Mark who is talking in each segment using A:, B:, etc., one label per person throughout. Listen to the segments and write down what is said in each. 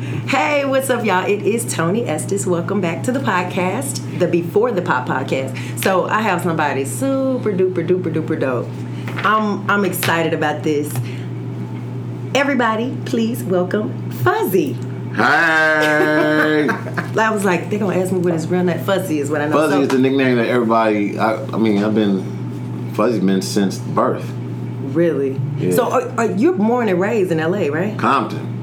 A: Hey, what's up, y'all? It is Tony Estes. Welcome back to the podcast, the Before the Pop podcast. So I have somebody super duper duper duper dope. I'm I'm excited about this. Everybody, please welcome Fuzzy.
B: Hey!
A: I was like, they're gonna ask me what his real name. Fuzzy is what I know.
B: Fuzzy
A: So-
B: is the nickname that everybody. I, I mean, I've been Fuzzy been since birth.
A: really.
B: Yeah.
A: So are, are, you're born and raised in LA, right?
B: Compton.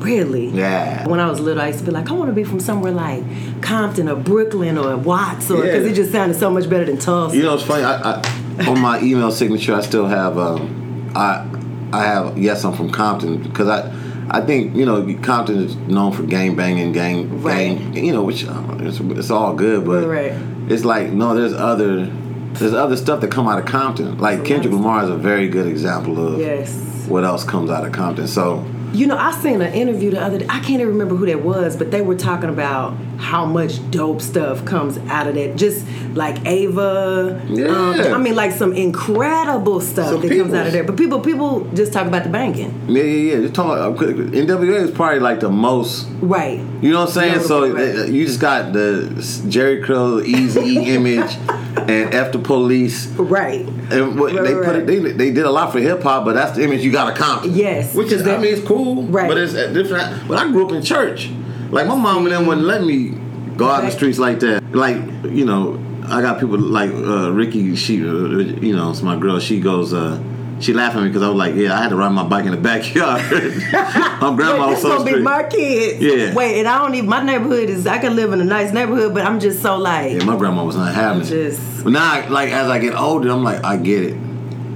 A: Really?
B: Yeah.
A: When I was little, I used to be like, I want to be from somewhere like Compton or Brooklyn or Watts, or because
B: Yeah.
A: it just sounded so much better than Tulsa.
B: You know, it's funny. I, I on my email signature, I still have. Um, I I have yes, I'm from Compton because I I think you know Compton is known for gang banging, gang
A: Right.
B: gang. You know, which uh, it's, it's all good, but
A: Right.
B: it's like no, there's other there's other stuff that come out of Compton. Like Kendrick Lamar is a very good example of
A: Yes.
B: what else comes out of Compton. So
A: You know, I seen an interview the other day. I can't even remember who that was, but they were talking about how much dope stuff comes out of that. Just like Ava, um,
B: Yeah.
A: I mean, like some incredible stuff
B: Some
A: that comes out of
B: peoples.
A: there. But people, people just talk about the banking,
B: Yeah, yeah, yeah. Just uh, talking. NWA is probably like the most.
A: right?
B: You know what I'm saying?
A: Yeah,
B: so
A: right.
B: uh, you just got the s- Jerry Curl, Easy E image, and F the Police.
A: Right.
B: And what
A: Right,
B: they
A: right.
B: put it, they, they did a lot for hip hop, but that's the image you got to comp.
A: Yes,
B: which is
A: 'cause
B: I
A: that-
B: mean it's cool,
A: Right.
B: But it's uh, different. But I grew up in church. Like my mom and them wouldn't let me go out in the
A: Right.
B: streets like that. Like you know, I got people like uh, Ricky. She, uh, you know, it's my girl. She goes. uh she laughed at me because I was like, "Yeah, I had to ride my bike in the backyard." I'm grandma
A: Wait, this
B: was so
A: gonna be
B: strict.
A: my kids.
B: Yeah.
A: Wait, and I don't even. My neighborhood is. I can live in a nice neighborhood, but I'm just so like.
B: Yeah, my grandma was not having it.
A: Just-
B: But now, I- like as I get older, I'm like, I get it.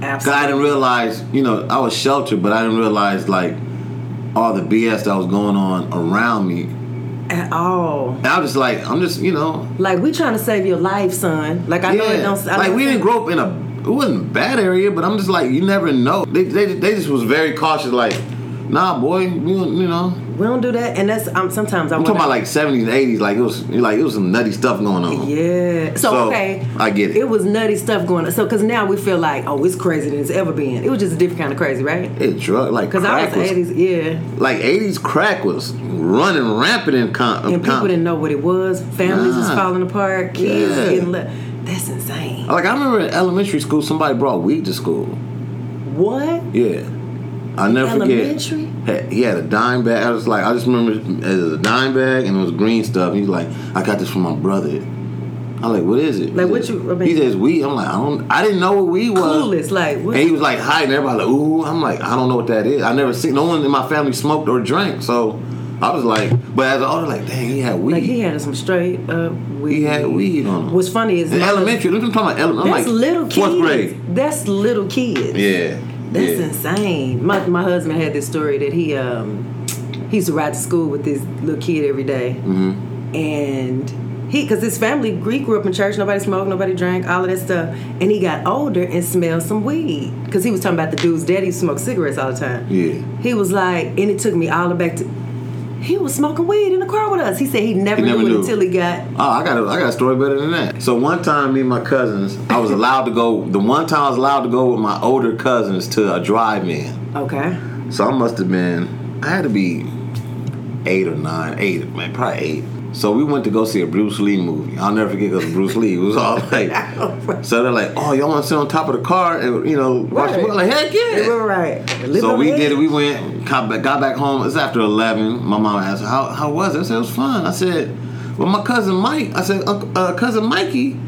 B: Cause I
A: absolutely.
B: didn't realize, you know, I was sheltered, but I didn't realize like all the BS that was going on around me. And
A: At all.
B: I was just like, I'm just, you know,
A: Like we trying to save your life, son. Like I know it
B: yeah.
A: don't. I
B: like
A: don't
B: we didn't grow up in a, it wasn't a bad area, but I'm just like, you never know. They, they, they just was very cautious, like, nah, boy, we don't, you know.
A: We don't do that, and that's. I'm sometimes I
B: I'm talking about like 70s, 80s, like it was, like it was some nutty stuff going on.
A: Yeah. So,
B: So,
A: okay.
B: I get it.
A: It was nutty stuff going on. So because now we feel like, oh, it's crazy than it's ever been. It was just a different kind of crazy, right?
B: It drug like
A: Because I
B: crack
A: was
B: was,
A: eighties, yeah,
B: like 80s crack was running rampant in com-
A: and people
B: com-
A: didn't know what it was. Families was
B: Nah.
A: falling apart. Kids
B: Yeah.
A: getting left. That's insane.
B: Like I remember in elementary school, somebody brought weed to school.
A: What?
B: Yeah, I will never
A: Elementary?
B: forget. He- He had a dime bag. I was like, I just remember it was a dime bag and it was green stuff. He's like, I got this from my brother. I'm like, what is it?
A: Like,
B: He
A: what
B: said-
A: you- I mean-
B: he says weed. I'm like, I don't. I didn't know what weed was.
A: Clueless. Like what?
B: And he was like hiding. Everybody like, ooh. I'm like, I don't know what that is. I never seen. No one in my family smoked or drank. So I was like, but as an older, like, dang, he had weed.
A: like he had some straight up weed.
B: He had weed on him.
A: What's funny is
B: in
A: my-
B: elementary. Look, I'm talking about elementary.
A: That's
B: I'm like,
A: little kids.
B: Fourth grade.
A: That's little kids.
B: Yeah.
A: That's
B: yeah.
A: insane. My my husband had this story that he um he used to ride to school with this little kid every day.
B: Mm-hmm.
A: and he because his family he grew up in church. Nobody smoked, nobody drank, all of that stuff. And he got older and smelled some weed because he was talking about the dude's daddy smoked cigarettes all the time.
B: Yeah.
A: He was like, and it took me all the back to. He was smoking weed in the car with us. He said he never,
B: He never
A: knew it
B: knew.
A: until he got
B: Oh, I got a, I got a story better than that. So one time, me and my cousins, I was allowed to go. The one time I was allowed to go with my older cousins to a drive-in.
A: okay.
B: So I must have been, I had to be eight or nine, eight, man, probably eight. So we went to go see a Bruce Lee movie. I'll never forget because Bruce Lee was all like, so they're like, oh, y'all want to sit on top of the car and you know watch the
A: Right.
B: movie? Like heck yeah!
A: All right.
B: So we did it. We went, got back, got back home. It's after eleven. My mom asked, "How how was it?" I said, "It was fun." I said, "Well, my cousin Mike." I said, "Unc- uh, "Cousin Mikey,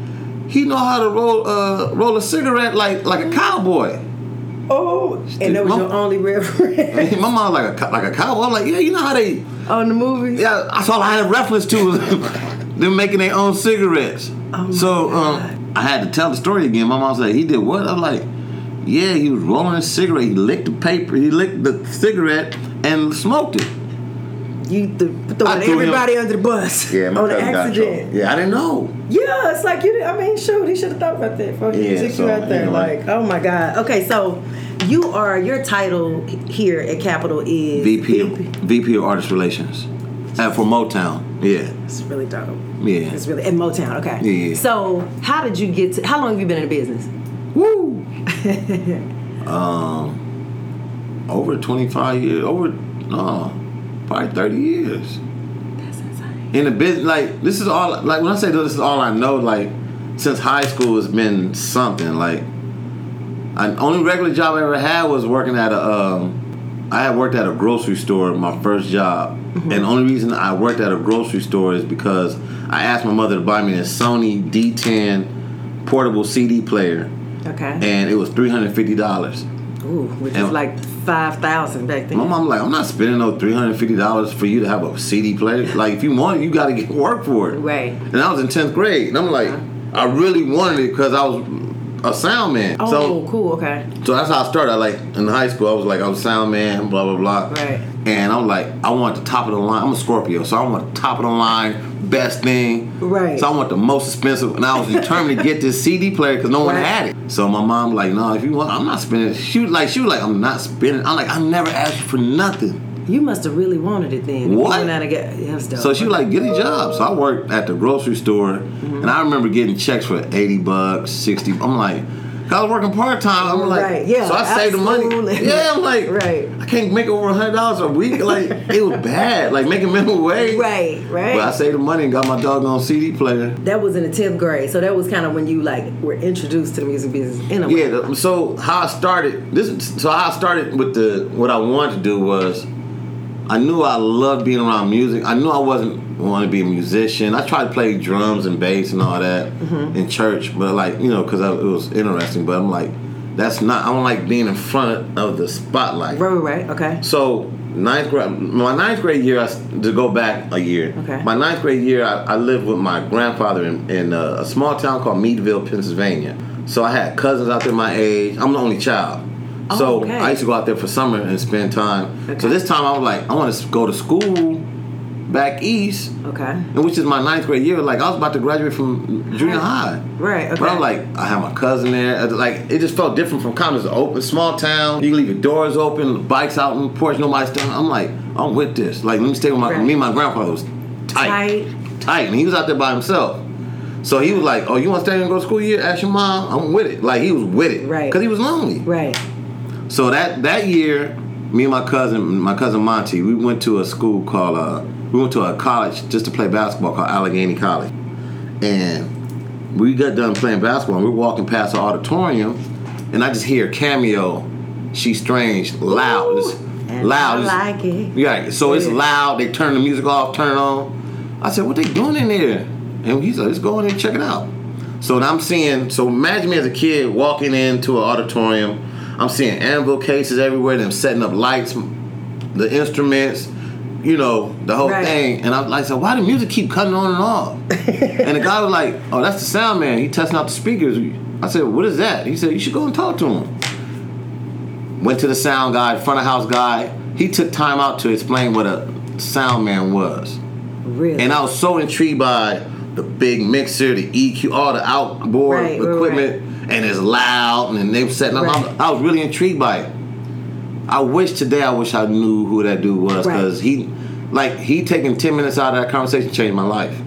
B: he know how to roll uh, roll a cigarette like like a cowboy."
A: Oh, and that was
B: Mom-
A: your only reference
B: And my mom like a co- like a cowboy. I'm like, "Yeah, you know how they."
A: on the movies.
B: Yeah, that's all I had a reference to was them making their own cigarettes.
A: Oh my
B: so um, I had to tell the story again. My mom said, "He did what?" I'm like, "Yeah, he was rolling a cigarette. He licked the paper. He licked the cigarette and smoked it."
A: You th- throwing
B: threw him-
A: everybody under the bus on an accident.
B: Yeah, I didn't know.
A: Yeah, it's like you. didn't- I mean, shoot, he should have thought about that before he
B: Yeah,
A: took
B: so,
A: you out there.
B: anyway.
A: Like, oh my god. Okay, so you are your title here at Capitol is
B: VP of, VP of Artist Relations, uh, for Motown. Yeah,
A: It's really dope.
B: Yeah.
A: it's really at Motown. Okay.
B: Yeah, yeah.
A: So how did you get? to How long have you been in the business?
B: woo. um, over twenty five years. Over no, probably thirty years. in the business, like this is all. Like when I say this is all I know, like since high school, it's been something. Like, I only regular job I ever had was working at a. Um, I had worked at a grocery store my first job, and the only reason I worked at a grocery store is because I asked my mother to buy me a Sony D10 portable CD player,
A: Okay.
B: and it was three hundred fifty dollars.
A: Ooh, which is
B: and-
A: like five thousand back then.
B: My mom like, I'm not spending no three hundred fifty dollars for you to have a CD player. Like, if you want it, you got to get work for it.
A: Right.
B: And I was in tenth grade, and I'm like, I really wanted it because I was a sound man.
A: oh,
B: so,
A: cool. Okay.
B: so that's how I started. I, like in high school, I was like, I was a sound man, blah blah blah.
A: Right.
B: And I'm like, I want the top of the line. I'm a Scorpio, so I want the top of the line, best thing.
A: Right.
B: So I want the most expensive, and I was determined to get this CD player because no one
A: Right.
B: had it. So my mom like, no, if you want, I'm not spending. She was like, she was like, I'm not spending. I'm like, I never asked you for nothing.
A: You must have really wanted it then. You
B: What?
A: went out and got- yeah, that's dope.
B: So she was like, get a job. So I worked at the grocery store,
A: Mm-hmm.
B: and I remember getting checks for eighty bucks, sixty. I'm like, 'cause I was working part time. I'm like,
A: Right, yeah,
B: So I saved the money.
A: absolutely.
B: Yeah, I'm like,
A: Right.
B: I can't make over hundred dollars a week. Like it was bad. Like making minimum wage.
A: right, right.
B: But I saved the money and got my doggone CD player.
A: that was in the tenth grade, so that was kind of when you like were introduced to the music business in a way.
B: Yeah. the- So how I started this. So how I started with the what I wanted to do was, I knew I loved being around music. I knew I wasn't want to be a musician. I tried to play drums and bass and all that in church, but like you know, because it was interesting. But I'm like, that's not. I don't like being in front of the spotlight.
A: Right, right, right. Okay.
B: So ninth grade, my ninth grade year, I, s- to go back a year.
A: Okay.
B: My ninth grade year, I, I lived with my grandfather in, in a, a small town called Meadville, Pennsylvania. So I had cousins out there my age. I'm the only child.
A: Oh,
B: so
A: okay.
B: I used to go out there for summer and spend time.
A: Okay.
B: So this time I was like, I want to go to school back east,
A: Okay.
B: and which is my ninth grade year. Like I was about to graduate from junior
A: Right.
B: high.
A: Right, okay.
B: But I'm like, I have my cousin there. Like, it just felt different from Compton. It's an open, small town. You can leave your doors open, bikes out on the porch, nobody's down. I'm like, I'm with this. Like, let me stay with my,
A: Right.
B: me and my grandfather was tight. Tight. And he was out there by himself. So he was like, oh, you want to stay and go to school year? Ask your mom. I'm with it. Like, he was with it.
A: Right.
B: Because he was lonely.
A: Right.
B: So that that year, me and my cousin, my cousin Monty, we went to a school called uh, we went to a college just to play basketball called Allegheny College, and we got done playing basketball. and we We're walking past the auditorium, and I just hear cameo, she's strange, loud, it's
A: And I
B: loud, it's-
A: like it.
B: yeah, so it's
A: Yeah.
B: loud. They turn the music off, turn it on. I said, "What they doing in there?" And he's like, "Let's go in there and check it out." So now I'm seeing. So imagine me as a kid walking into an auditorium. I'm seeing anvil cases everywhere. Them setting up lights, the instruments, you know, the whole
A: Right.
B: thing. And I'm like, "So why the music keep cutting on and off?" and the guy was like, "Oh, that's the sound man. He testing out the speakers." I said, "What is that?" He said, "You should go and talk to him." went to the sound guy, front of house guy. He took time out to explain what a sound man was.
A: Really.
B: And I was so intrigued by the big mixer, the EQ, all the outboard
A: Right, right,
B: equipment, and it's loud, and they were setting up.
A: Right.
B: I was really intrigued by it. I wish today I wish I knew who that dude was
A: Right.
B: because he, like, he taking ten minutes out of that conversation changed my life.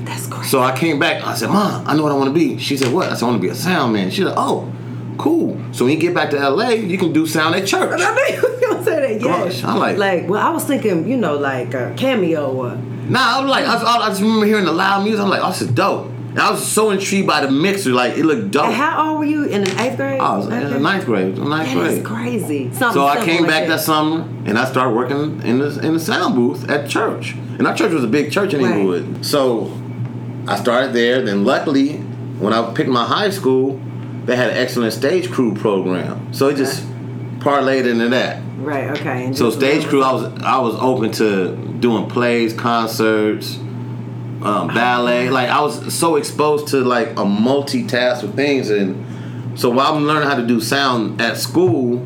A: That's crazy.
B: So I came back. I said, "Mom, I know what I want to be." She said, "What?" I said, "I want to be a sound man." She said, "Oh, cool. So when you get back to LA, you can do sound at church."
A: I mean, you don't say that. Yeah.
B: Gosh, I like-
A: Like, well, I was thinking, you know, like a cameo or.
B: Nah, I'm like, I, I just remember hearing the loud music. I'm like, oh, this is dope. And I was so intrigued by the mixer. Like, it looked dope.
A: And how old were you in the eighth grade?
B: Oh. I was in the ninth grade. in Ninth
A: That is
B: grade.
A: crazy. Something
B: So I
A: simple
B: came
A: like
B: back that
A: that.
B: summer and I started working in the in the sound booth at church. And our church was a big church in
A: Right.
B: Inglewood. So I started there. Then luckily, when I picked my high school, they had an excellent stage crew program. So it just parlayed into that.
A: Right. Okay. and
B: So
A: just
B: stage
A: remember-
B: crew, I was I was open to doing plays, concerts, um, ballet. Like I was so exposed to like a multitask of things, and so while I'm learning how to do sound at school,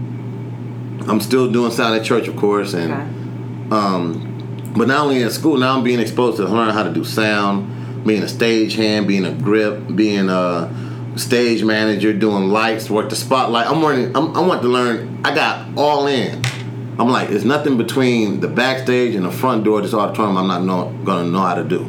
B: I'm still doing sound at church, of course, and
A: Okay.
B: um, but not only at school, now I'm being exposed to learning how to do sound, being a stage hand, being a grip, being a stage manager, doing lights, work the spotlight. I'm learning. I'm, I want to learn. I got all in. I'm like, there's nothing between the backstage and the front door of this auditorium. I'm not know, gonna know how to do.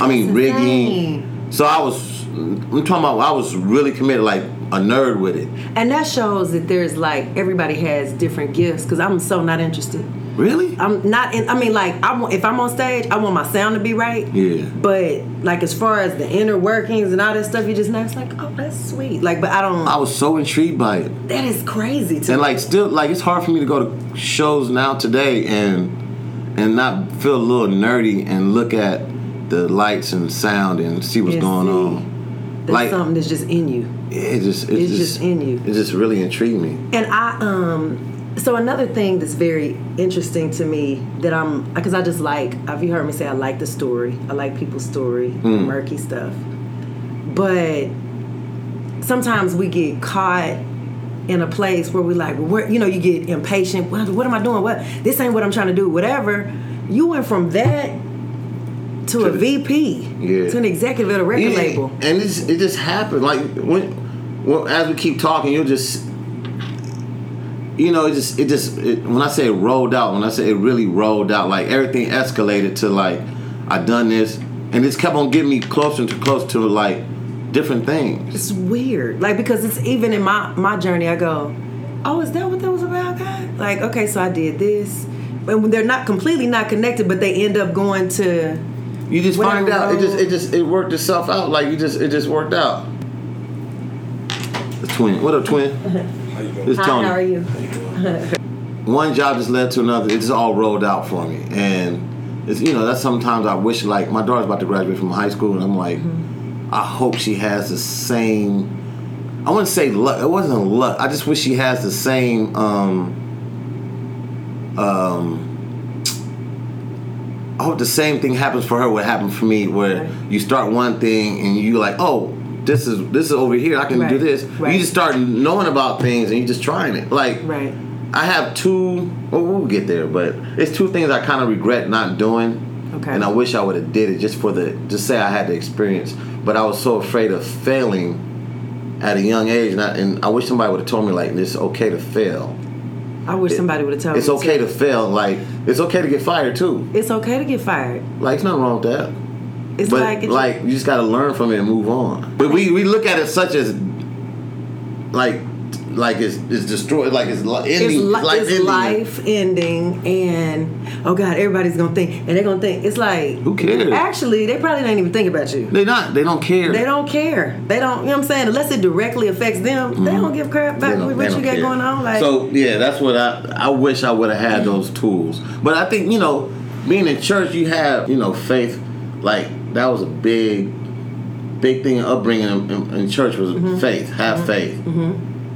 B: I mean,
A: That's
B: rigging.
A: insane.
B: So I was. I'm talking about. I was really committed, like a nerd with it.
A: And that shows that there's like everybody has different gifts because I'm so not interested.
B: Really?
A: I'm not. In, I mean, like, I want if I'm on stage, I want my sound to be right.
B: Yeah.
A: But like, as far as the inner workings and all that stuff, you just know it's like, oh, that's sweet. Like, but I don't.
B: I was so intrigued by it.
A: that is crazy to
B: and
A: me.
B: like still like it's hard for me to go to shows now today and and not feel a little nerdy and look at the lights and sound and see what's
A: Yeah,
B: going
A: see.
B: on.
A: That's
B: like
A: something that's just in you.
B: it just it
A: it's
B: just,
A: just in you.
B: It just really intrigued me.
A: And I um so another thing that's very interesting to me that I'm because I just like have you heard me say I like the story. I like people's story,
B: Mm.
A: murky stuff. But sometimes we get caught in a place where we like, where you know, you get impatient. What, what am I doing? What this ain't what I'm trying to do. Whatever. You went from that to,
B: To
A: a
B: the-
A: VP
B: Yeah.
A: to an executive at a record
B: Yeah,
A: label.
B: And it's, it just happened. Like when, well, as we keep talking, you'll just, you know, it just, it just. It, when I say it rolled out, when I say it really rolled out, like everything escalated to like, I done this, and it's kept on getting me closer and closer to like different things.
A: it's weird like because it's even in my my journey i go oh is that what that was about god like okay so i did this and when they're not completely not connected but they end up going to
B: You just
A: When I
B: find out. It just, it
A: rolled-
B: just, it worked itself out. Like you just, it just worked out. The twin. What up, twin? It's Tony.
A: you
B: one job just led to another. It just all rolled out for me, and it's you know that's sometimes I wish like my daughter's about to graduate from high school, and I'm like,
A: Mm-hmm.
B: I hope she has the same. I wouldn't say luck. It wasn't luck. I just wish she has the same. Um, um, I hope the same thing happens for her. What happened for me, where
A: Right.
B: you start one thing and you like, oh, this is this is over here. I can do
A: Right.
B: this. You
A: Right.
B: just start knowing about things and you just trying it. Like,
A: right
B: I have two. Well, we'll get there, but it's two things I kind of regret not doing.
A: Okay.
B: And I wish I would have did it just for the just say I had the experience, but I was so afraid of failing at a young age, and I, and I wish somebody would have told me like it's okay to fail.
A: i wish somebody would have told
B: It's
A: Oh, me
B: okay
A: too.
B: to fail. Like it's okay to get fired too.
A: it's okay to get fired
B: Like it's nothing wrong with that.
A: it's
B: but
A: like,
B: like, you just got to learn from it and move on. But we, we look at it such as like like it's it's destroyed. Like it's li- ending.
A: it's, li-
B: life
A: it's
B: ending.
A: life ending and oh god everybody's gonna think and they're gonna think it's like
B: Who cares?
A: actually they probably don't even think about you
B: They not. They don't care.
A: They don't care. They don't. You know what I'm saying? Unless it directly affects them, they don't give crap
B: Mm-hmm. They
A: about
B: don't-
A: what
B: they
A: you
B: don't
A: got
B: care.
A: going on. Like,
B: so yeah, that's what I I wish I would have had those tools. But I think you know, being in church, you have you know faith. Like that was a big, big thing in upbringing in, in, in church was
A: Mm-hmm.
B: faith. Have faith.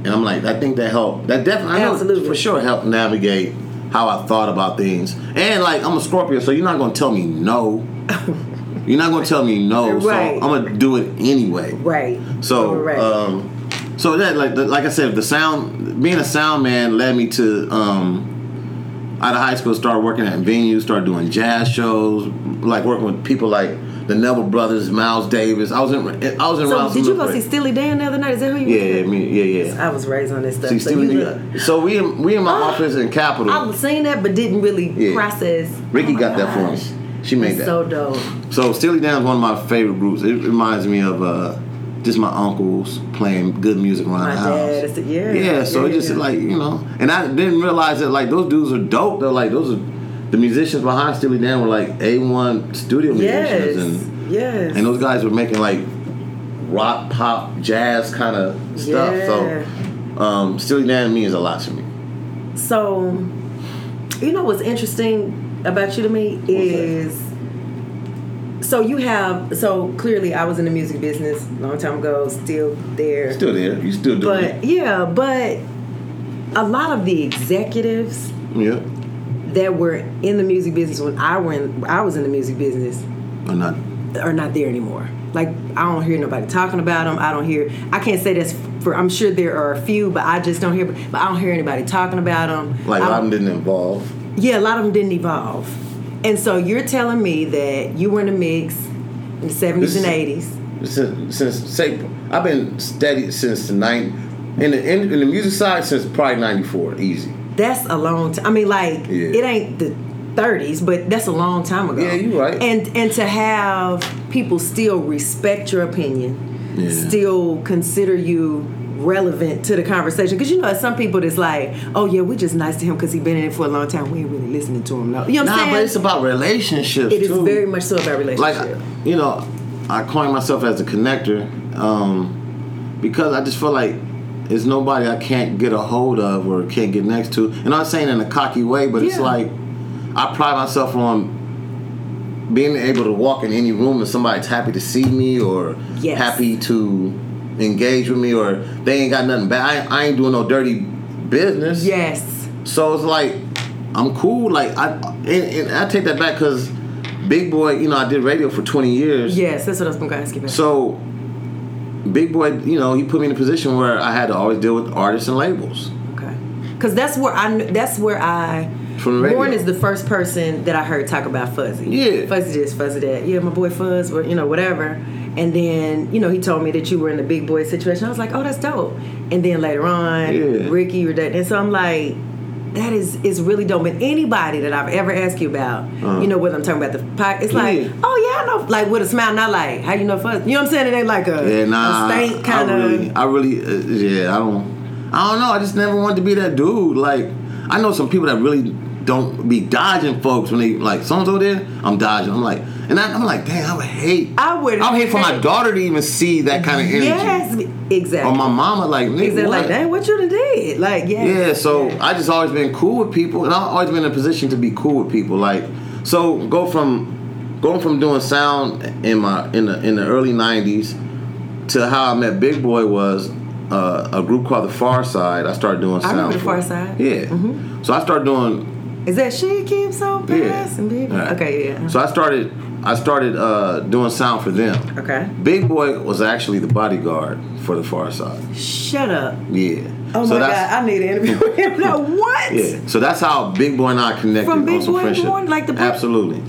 B: And I'm like, I think that helped. That definitely, I know
A: Absolutely.
B: for sure helped navigate how I thought about things. And like, I'm a Scorpio, so you're not gonna tell me no. you're not gonna tell me no.
A: Right.
B: So I'm gonna do it anyway.
A: right.
B: So,
A: Right.
B: um, so that like like I said, the sound being a sound man led me to um, out of high school, start working at venues, start doing jazz shows, like working with people like the Neville Brothers, Miles Davis. I was in I was in.
A: so
B: Ronald
A: did you
B: Smith
A: go see
B: Ray.
A: Steely Dan the other night? Is that who you?
B: Yeah, yeah, me, yeah, yeah.
A: I was raised on this stuff.
B: See,
A: so
B: Steven
A: you
B: Lee-
A: look-
B: so we in, we in my office in Capitol.
A: I was seeing that, but didn't really
B: Yeah.
A: process.
B: Ricky
A: oh my
B: got that for
A: gosh.
B: me. She made
A: That's
B: that.
A: so dope.
B: So Steely Dan is one of my favorite groups. It reminds me of uh, just my uncles playing good music around
A: My
B: the house.
A: dad, it's a- yeah,
B: Yeah, so
A: yeah,
B: it just
A: yeah.
B: like you know, and I didn't realize that like those dudes are dope. They're like those are the musicians behind Steely Dan were like a one studio
A: Yes,
B: musicians, and
A: yes.
B: and those guys were making like rock, pop, jazz kind of stuff. So um, Steely Dan means a lot to me.
A: So, you know what's interesting about you to me is so you have so clearly I was in the music business a long time ago, still there.
B: Still there, you still doing
A: but yeah, but a lot of the executives
B: it? Yeah,
A: that were in the music business when I were in, I was in the music business
B: or not?
A: are not there anymore. Like I don't hear nobody talking about them. I don't hear. I can't say that's for. I'm sure there are a few, but I just don't hear. But I don't hear anybody talking about them.
B: Like a lot of them didn't involve.
A: Yeah, a lot of them didn't evolve. And so you're telling me that you were in the mix in the 70s
B: This is-
A: and 80s.
B: since since say I've been steady since the nine in the in, in the music side since probably ninety four easy.
A: That's a long time. I mean, like,
B: Yeah.
A: it ain't the 30s, but that's a long time ago.
B: Yeah, you right.
A: And and to have people still respect your opinion,
B: Yeah.
A: still consider you relevant to the conversation. Because you know, some people that's like, oh yeah, we're just nice to him because he been in it for a long time. We ain't really listening to him. No, you know what
B: nah,
A: I'm
B: but
A: saying?
B: it's about relationships.
A: it is
B: too.
A: very much so about
B: like
A: relationship.
B: you know i coined myself as a connector um, because i just feel like there's nobody i can't get a hold of or can't get next to and i'm not saying in a cocky way but it's
A: Yeah.
B: like i pride myself on being able to walk in any room and somebody's happy to see me or
A: Yes.
B: happy to engage with me or they ain't got nothing bad I, I ain't doing no dirty business
A: yes.
B: so it's like I'm cool. Like I and, and I take that back because Big Boy, you know, I did radio for 20 years.
A: Yes, that's what I was going to ask you about.
B: So Big Boy, you know, he put me in a position where I had to always deal with artists and labels.
A: Okay. Because that's where I kn- that's where I
B: From the radio.
A: Warren is the first person that I heard talk about Fuzzy.
B: Yeah.
A: Fuzzy this, Fuzzy that. Yeah, my boy Fuzz, or you know, whatever. And then, you know, he told me that you were in the big boy situation. I was like, oh, that's dope. And then later on,
B: Yeah.
A: Ricky, you were that. And so I'm like, that is is really dope. And anybody that I've ever asked you about, you know, whether I'm talking about the podcast, it's like,
B: Uh-huh. Yeah.
A: oh yeah, I know. Like with a smile, not like, how you know Fuzz? You know what I'm saying? It ain't like a,
B: Yeah, nah.
A: a stank kind
B: I
A: of.
B: really, I really, uh, yeah, I don't, I don't know. I just never wanted to be that dude. Like, I know some people that really don't be dodging folks when they like someone's over there. I'm dodging. I'm like, and I, I'm like, damn, I would hate.
A: I would
B: I'm hate for my
A: hate-
B: daughter to even see that kind of energy.
A: yes, exactly.
B: Or my mama, like, nigga,
A: Is that like,
B: what?
A: dang, what you done did? Like, yeah.
B: Yeah, so I just always been cool with people, and I've always been in a position to be cool with people. Like, so go from going from doing sound in my in the in the early '90s to how I met Big Boy was uh, a group called the Far Side. I started doing
A: I
B: sound.
A: remember The
B: for.
A: Far Side. Mm-hmm.
B: Yeah. So I started doing
A: Is that she keeps so
B: yeah.
A: fast and big?
B: Right.
A: Okay, yeah.
B: So I started I started uh, doing sound for them.
A: Okay.
B: Big Boy was actually the bodyguard for the Far Side.
A: Shut up.
B: Yeah.
A: Oh
B: so
A: my
B: that's-
A: God, I need an interview with him. No, what?
B: Yeah. So that's how Big Boy and I connected
A: From Big
B: on some
A: Boy and
B: friendship.
A: Warren, like the boy-
B: Absolutely.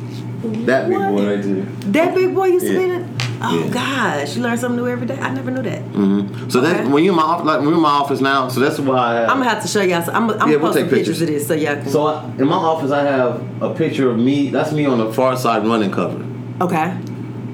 B: That Big
A: What?
B: Boy right there.
A: That big boy used to be
B: Yeah.
A: the. Oh,
B: Yeah.
A: gosh. You learn something new every day. I never knew that.
B: Mm-hmm. So that's
A: Okay.
B: when you in my office, like when you in my office now. So that's why I have.
A: I'm going to have to show y'all. So I'm going
B: Yeah,
A: to
B: we'll
A: post some
B: take
A: pictures.
B: pictures.
A: of this so y'all can.
B: so I, in my office, I have a picture of me. That's me on the far side running cover.
A: okay.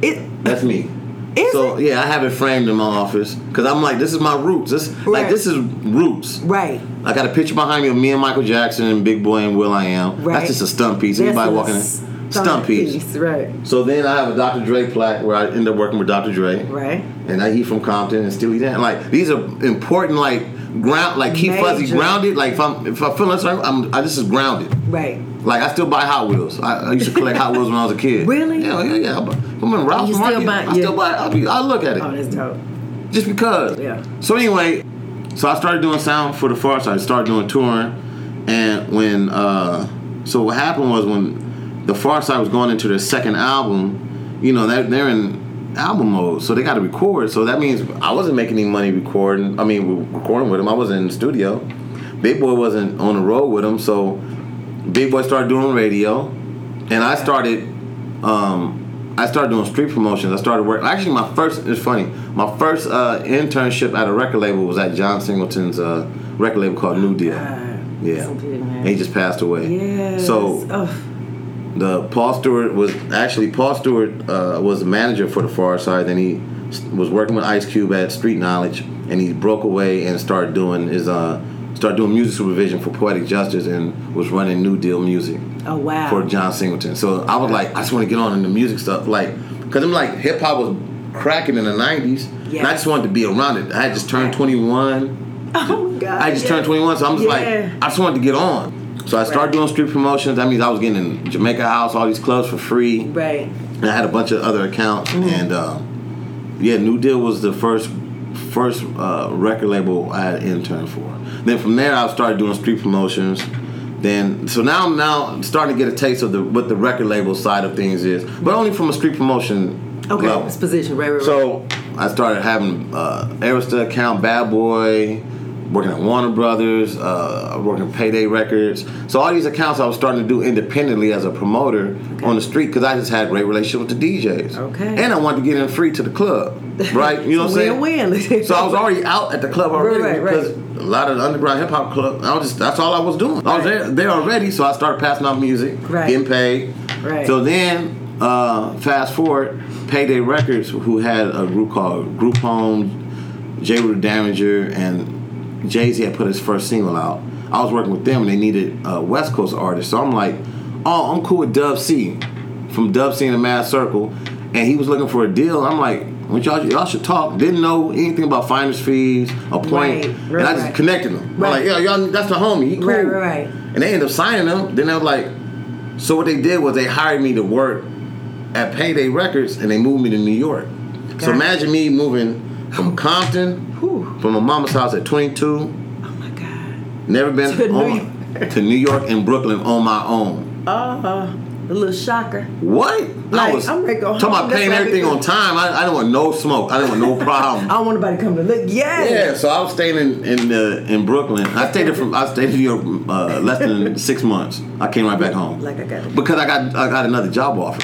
A: It.
B: That's me.
A: Is
B: so yeah, I have it framed in my office because I'm like, this is my roots. This like
A: Right.
B: this is roots.
A: Right.
B: I got a picture behind me of me and Michael Jackson and Big Boy and Will I Am.
A: Right.
B: That's just a stunt piece. Anybody
A: That's a
B: walking in,
A: stunt
B: stunt, piece.
A: Right.
B: So then I have a Dr. Dre plaque where I end up working with Dr. Dre.
A: Right.
B: and I, he from Compton and Steely Dan. Like these are important, like ground, like keep fuzzy
A: Major.
B: grounded. Like if I'm if I'm feeling a certain, I'm I just is grounded.
A: Right.
B: Like I still buy Hot Wheels. I, I used to collect Hot Wheels when I was a kid.
A: Really?
B: Yeah, yeah, yeah. I bu- If I'm in Ralph's
A: You still
B: Market,
A: buy-
B: I still
A: yeah.
B: buy. I'll be, I look at it
A: Oh, that's dope.
B: just because.
A: Yeah.
B: So anyway, so I started doing sound for the Far Side. I started doing touring, and when uh, so what happened was when the Far Side was going into their second album, you know, they're, they're in album mode, so they got to record. So that means I wasn't making any money recording. I mean, recording with them. I wasn't in the studio. Big Boy wasn't on the road with them, so Big Boy started doing radio, and I started, um, I started doing street promotions. I started work. Actually, my first it's funny. My first uh, internship at a record label was at John Singleton's uh, record label called New Deal.
A: That's
B: Yeah,
A: a good
B: he
A: man.
B: just passed away.
A: Yes.
B: So
A: Oh.
B: the Paul Stewart was actually Paul Stewart uh, was the manager for the Far Side. Then he s- was working with Ice Cube at Street Knowledge, and he broke away and started doing his uh, started doing music supervision for Poetic Justice, and was running New Deal music
A: Oh, wow.
B: for John Singleton. So I was like, I just want to get on in the music stuff, like, cause I'm like hip hop was cracking in the '90s, and I
A: Yeah.
B: just wanted to be around it. I had just turned
A: Right.
B: 21.
A: oh, my God.
B: I just
A: yeah.
B: turned 21, so I'm just
A: Yeah.
B: like, I just wanted to get on. So I started
A: Right.
B: doing street promotions. That means I was getting in Jamaica House, all these clubs for free.
A: Right.
B: And I had a bunch of other accounts, and uh, yeah, New Deal was the first first uh, record label I had interned for. Then from there, I started doing street promotions. Then so now I'm now starting to get a taste of the what the record label side of things is, but only from a street promotion
A: Okay.
B: level.
A: It's position. Right, right, right.
B: So I started having uh, Arista account, Bad Boy, working at Warner Brothers, uh, working at Payday Records. So all these accounts I was starting to do independently as a promoter on the street because I just had great relationship with the DJs.
A: Okay.
B: And I wanted to get in free to the club, right? You know what I'm saying?
A: Win-win.
B: So I was already out at the club already
A: Right, right, right.
B: because a lot of the underground hip hop club. I was just that's all I was doing. I
A: Right.
B: was there there already, so I started passing out music,
A: Right.
B: getting paid.
A: Right.
B: So then, uh, fast forward, Payday Records, who had a group called Group Home, Jay with the Damager and Jay Z had put his first single out. I was working with them and they needed a West Coast artist. So I'm like, oh, I'm cool with Dub C from Dub C and the Mad Circle. And he was looking for a deal. I'm like, well, y'all, y'all should talk. Didn't know anything about finder's fees, a point.
A: Right, right,
B: and I just
A: right.
B: connected them. I'm
A: Right.
B: like, yo, y'all, that's the homie. He cool.
A: Right, right, right.
B: And they ended up signing them. Then they was like, so what they did was they hired me to work at Payday Records and they moved me to New York. So
A: Got it.
B: imagine me moving from Compton,
A: Whew.
B: from my mama's house at 22,
A: Oh my god.
B: never been
A: To New
B: on, to New York and Brooklyn on my own. Uh-huh.
A: Uh, a little shocker.
B: What?
A: Like, I'm ready to go
B: talking
A: home.
B: about
A: That's
B: paying
A: what I
B: everything
A: be
B: on time. I, I didn't want no smoke. I didn't want no problem.
A: I don't want nobody coming to look. Yes.
B: Yeah, so I was staying in in, uh, in Brooklyn. I stayed there from I stayed in New York uh, less than six months. I came right back home.
A: Like I got it.
B: because I got I got another job offer.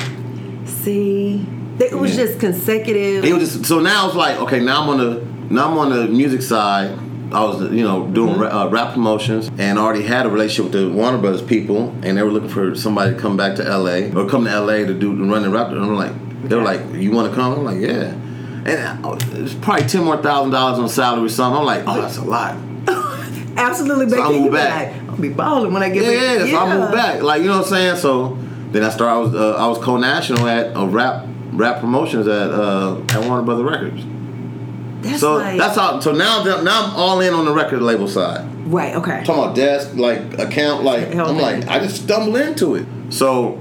A: See, it was
B: Yeah.
A: just consecutive.
B: It was just so now it's like okay now I'm on the now I'm on the music side. I was you know doing ra- uh, rap promotions and I already had a relationship with the Warner Brothers people and they were looking for somebody to come back to LA or come to LA to do to run the rap. And I'm like they were like you want to come? I'm like yeah. And I- it's probably ten more thousand dollars on salary or something. I'm like, oh, that's a lot.
A: Absolutely,
B: So I
A: Becky.
B: moved
A: You be
B: back.
A: Like, I'll be balling when I get
B: Yeah, yeah,
A: back.
B: So I moved back. Like you know what I'm saying. So then I started. I was uh, I was co-national at a rap rap promotions at uh, at Warner Brother Records.
A: That's
B: so
A: like,
B: that's how. So now that- now I'm all in on the record label side.
A: right. Okay.
B: Talking about desk like account like
A: Hell,
B: I'm
A: man.
B: like I just stumbled into it. So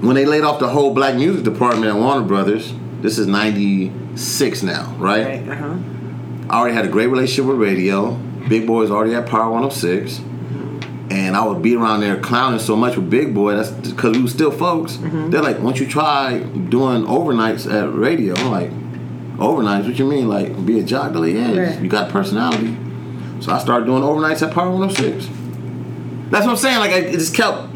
B: when they laid off the whole black music department at Warner Brothers, this is '96 now,
A: Right. Uh huh.
B: I already had a great relationship with radio. Big Boy's already at Power 106. And I would be around there clowning so much with Big Boy. That's because we were still folks. They're like, once you try doing overnights at radio, I'm like, overnights? What you mean? Like, be a jock? They're like, yeah,
A: Right.
B: you got personality. So I started doing overnights at Power 106. That's what I'm saying. Like, I, it just kept,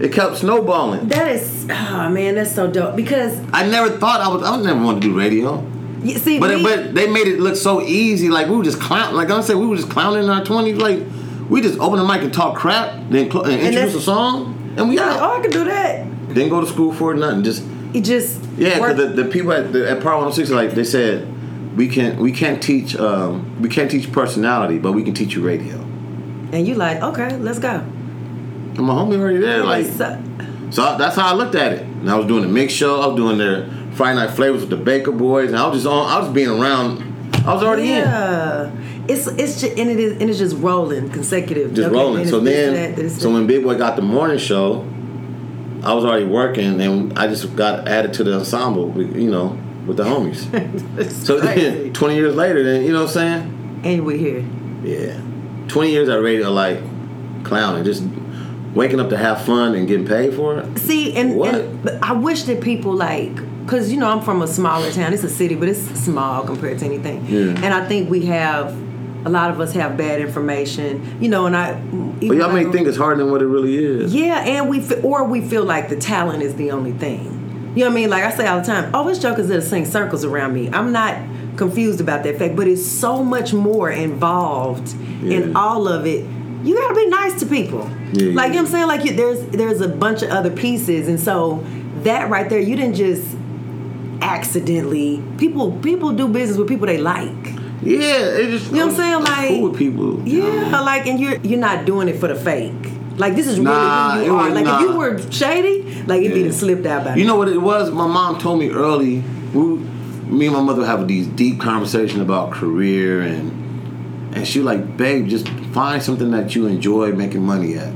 B: it kept snowballing.
A: That is, oh man, that's so dope. Because
B: I never thought I was, I would never want to do radio.
A: you see,
B: But
A: we,
B: but they made it look so easy. Like we were just clown. Like I said, we were just clowning in our twenties. Like we just open the mic and talk crap, then cl- and introduce
A: that's-
B: a song, and we out.
A: oh, I can do that.
B: Didn't go to school for it, nothing. Just
A: It just
B: yeah, because
A: worked.
B: the, the people at the, at Power 106 like they said, we can't we can't teach um, we can't teach personality, but we can teach you radio.
A: and you like, okay, let's go.
B: And my homie already there. Like
A: So-
B: so I, that's how I looked at it. And I was doing the mix show. I was doing their Friday night flavors with the Baker Boys, and I was just on. I was being around. I was already in.
A: yeah, it's it's just and it is and it's just rolling consecutive.
B: just
A: Okay,
B: rolling.
A: it's
B: So
A: this,
B: then,
A: that, this,
B: so when Big Boy got the morning show, I was already working, and I just got added to the ensemble. With, you know, with the homies.
A: It's
B: so
A: crazy.
B: then, twenty years later, then you know what I'm
A: and we here.
B: saying? Yeah, twenty years at radio, like clowning, just waking up to have fun and getting paid for it.
A: See, and,
B: What?
A: and but I wish that people like, cause you know I'm from a smaller town. It's a city, but it's small compared to anything.
B: Yeah.
A: And I think we have a lot of us have bad information, you know. And I,
B: But y'all may think it's harder than what it really is.
A: yeah, and we fe- or we feel like the talent is the only thing. You know what I mean? Like I say all the time, oh, it's jokers that sing circles around me. I'm not confused about that fact, but it's so much more involved in
B: Yeah.
A: all of it. You gotta be nice to people. like you know
B: Yeah, yeah.
A: what I'm saying? Like you, there's there's a bunch of other pieces, and so that right there, you didn't just accidentally people people do business with people they like.
B: Yeah, it just
A: You know what I'm saying?
B: it's
A: Like-
B: cool with people. you know what I
A: Yeah,
B: mean?
A: like, and you're you're not doing it for the fake. Like this is really
B: Nah,
A: who
B: it
A: you are.
B: was-
A: Like
B: nah.
A: if you were shady, like it'd
B: Yeah.
A: be slipped out by
B: You
A: now.
B: know what it was? My mom told me early. We, me and my mother have these deep conversations about career and and she like, babe, just find something that you enjoy making money at,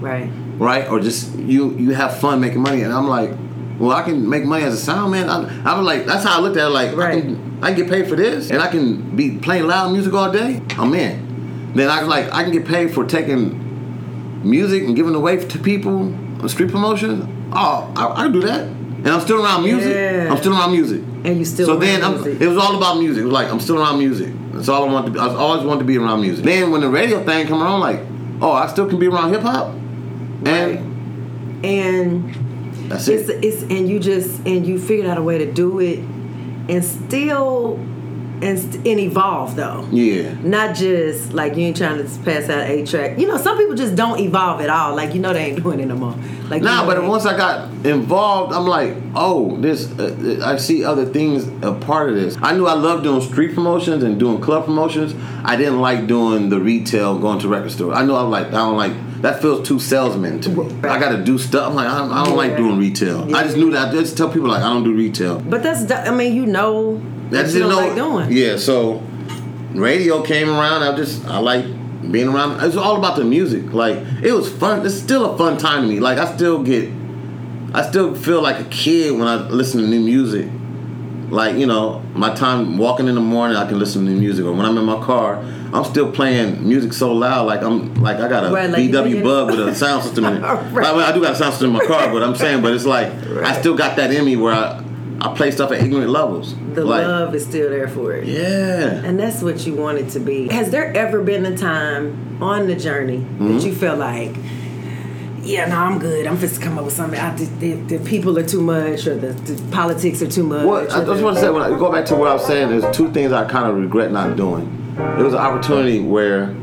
A: right?
B: right? Or just you you have fun making money. And I'm like, well, I can make money as a sound man. I, I was like, that's how I looked at it. Like, I
A: Right.
B: can I can get paid for this, and I can be playing loud music all day. I'm in. Then I was like, I can get paid for taking music and giving away to people, street promotion. Oh, I, I can do that. And I'm still around music.
A: Yeah.
B: I'm still around music.
A: And you still
B: so
A: around
B: then I'm,
A: music.
B: it was all about music. It was like I'm still around music. That's all I want to. be. I was- always wanted to be around music. Then when the radio thing come around, like, oh, I still can be around hip hop, and
A: And
B: that's
A: it's
B: it.
A: it's and you just and you figured out a way to do it, and still and st- and evolve though.
B: Yeah.
A: Not just like you ain't trying to pass out a track. You know, some people just don't evolve at all. Like you know they ain't doing it no more. Like you
B: Nah,
A: know
B: but
A: they-
B: once I got involved, I'm like, oh, this. Uh, I see other things a part of this. I knew I loved doing street promotions and doing club promotions. I didn't like doing the retail, going to record store. I know I'm like, I don't like that. Feels too salesman to me. I got to do stuff. I'm like, I don't, I don't like
A: Yeah.
B: doing retail. I just knew that. I just tell people like, I don't do retail.
A: But that's do- I mean you know
B: I
A: that
B: just
A: you
B: didn't
A: don't
B: know.
A: like doing.
B: Yeah, so radio came around. I just I like being around. It's all about the music. Like it was fun. It's still a fun time to me. Like I still get, I still feel like a kid when I listen to new music. Like you know, my time walking in the morning, I can listen to new music. Or when I'm in my car, I'm still playing music so loud. Like I'm like I got a
A: Right, like you
B: VW
A: thinking-
B: Bug with a sound system. In it.
A: Right.
B: I, mean, I do got a sound system in my car, but I'm saying, but it's like I
A: Right.
B: still got that in me where I. I play stuff at ignorant levels.
A: The
B: like,
A: love is still there for it.
B: yeah.
A: And that's what you want it to be. Has there ever been a time on the journey
B: Mm-hmm.
A: that you felt like, yeah, no, I'm good. I'm just come up with something. I, the, the, the people are too much, or the, the politics are too much.
B: What I
A: or
B: just
A: the-
B: want to say when I go back to what I was saying, there's two things I kind of regret not doing. There was an opportunity where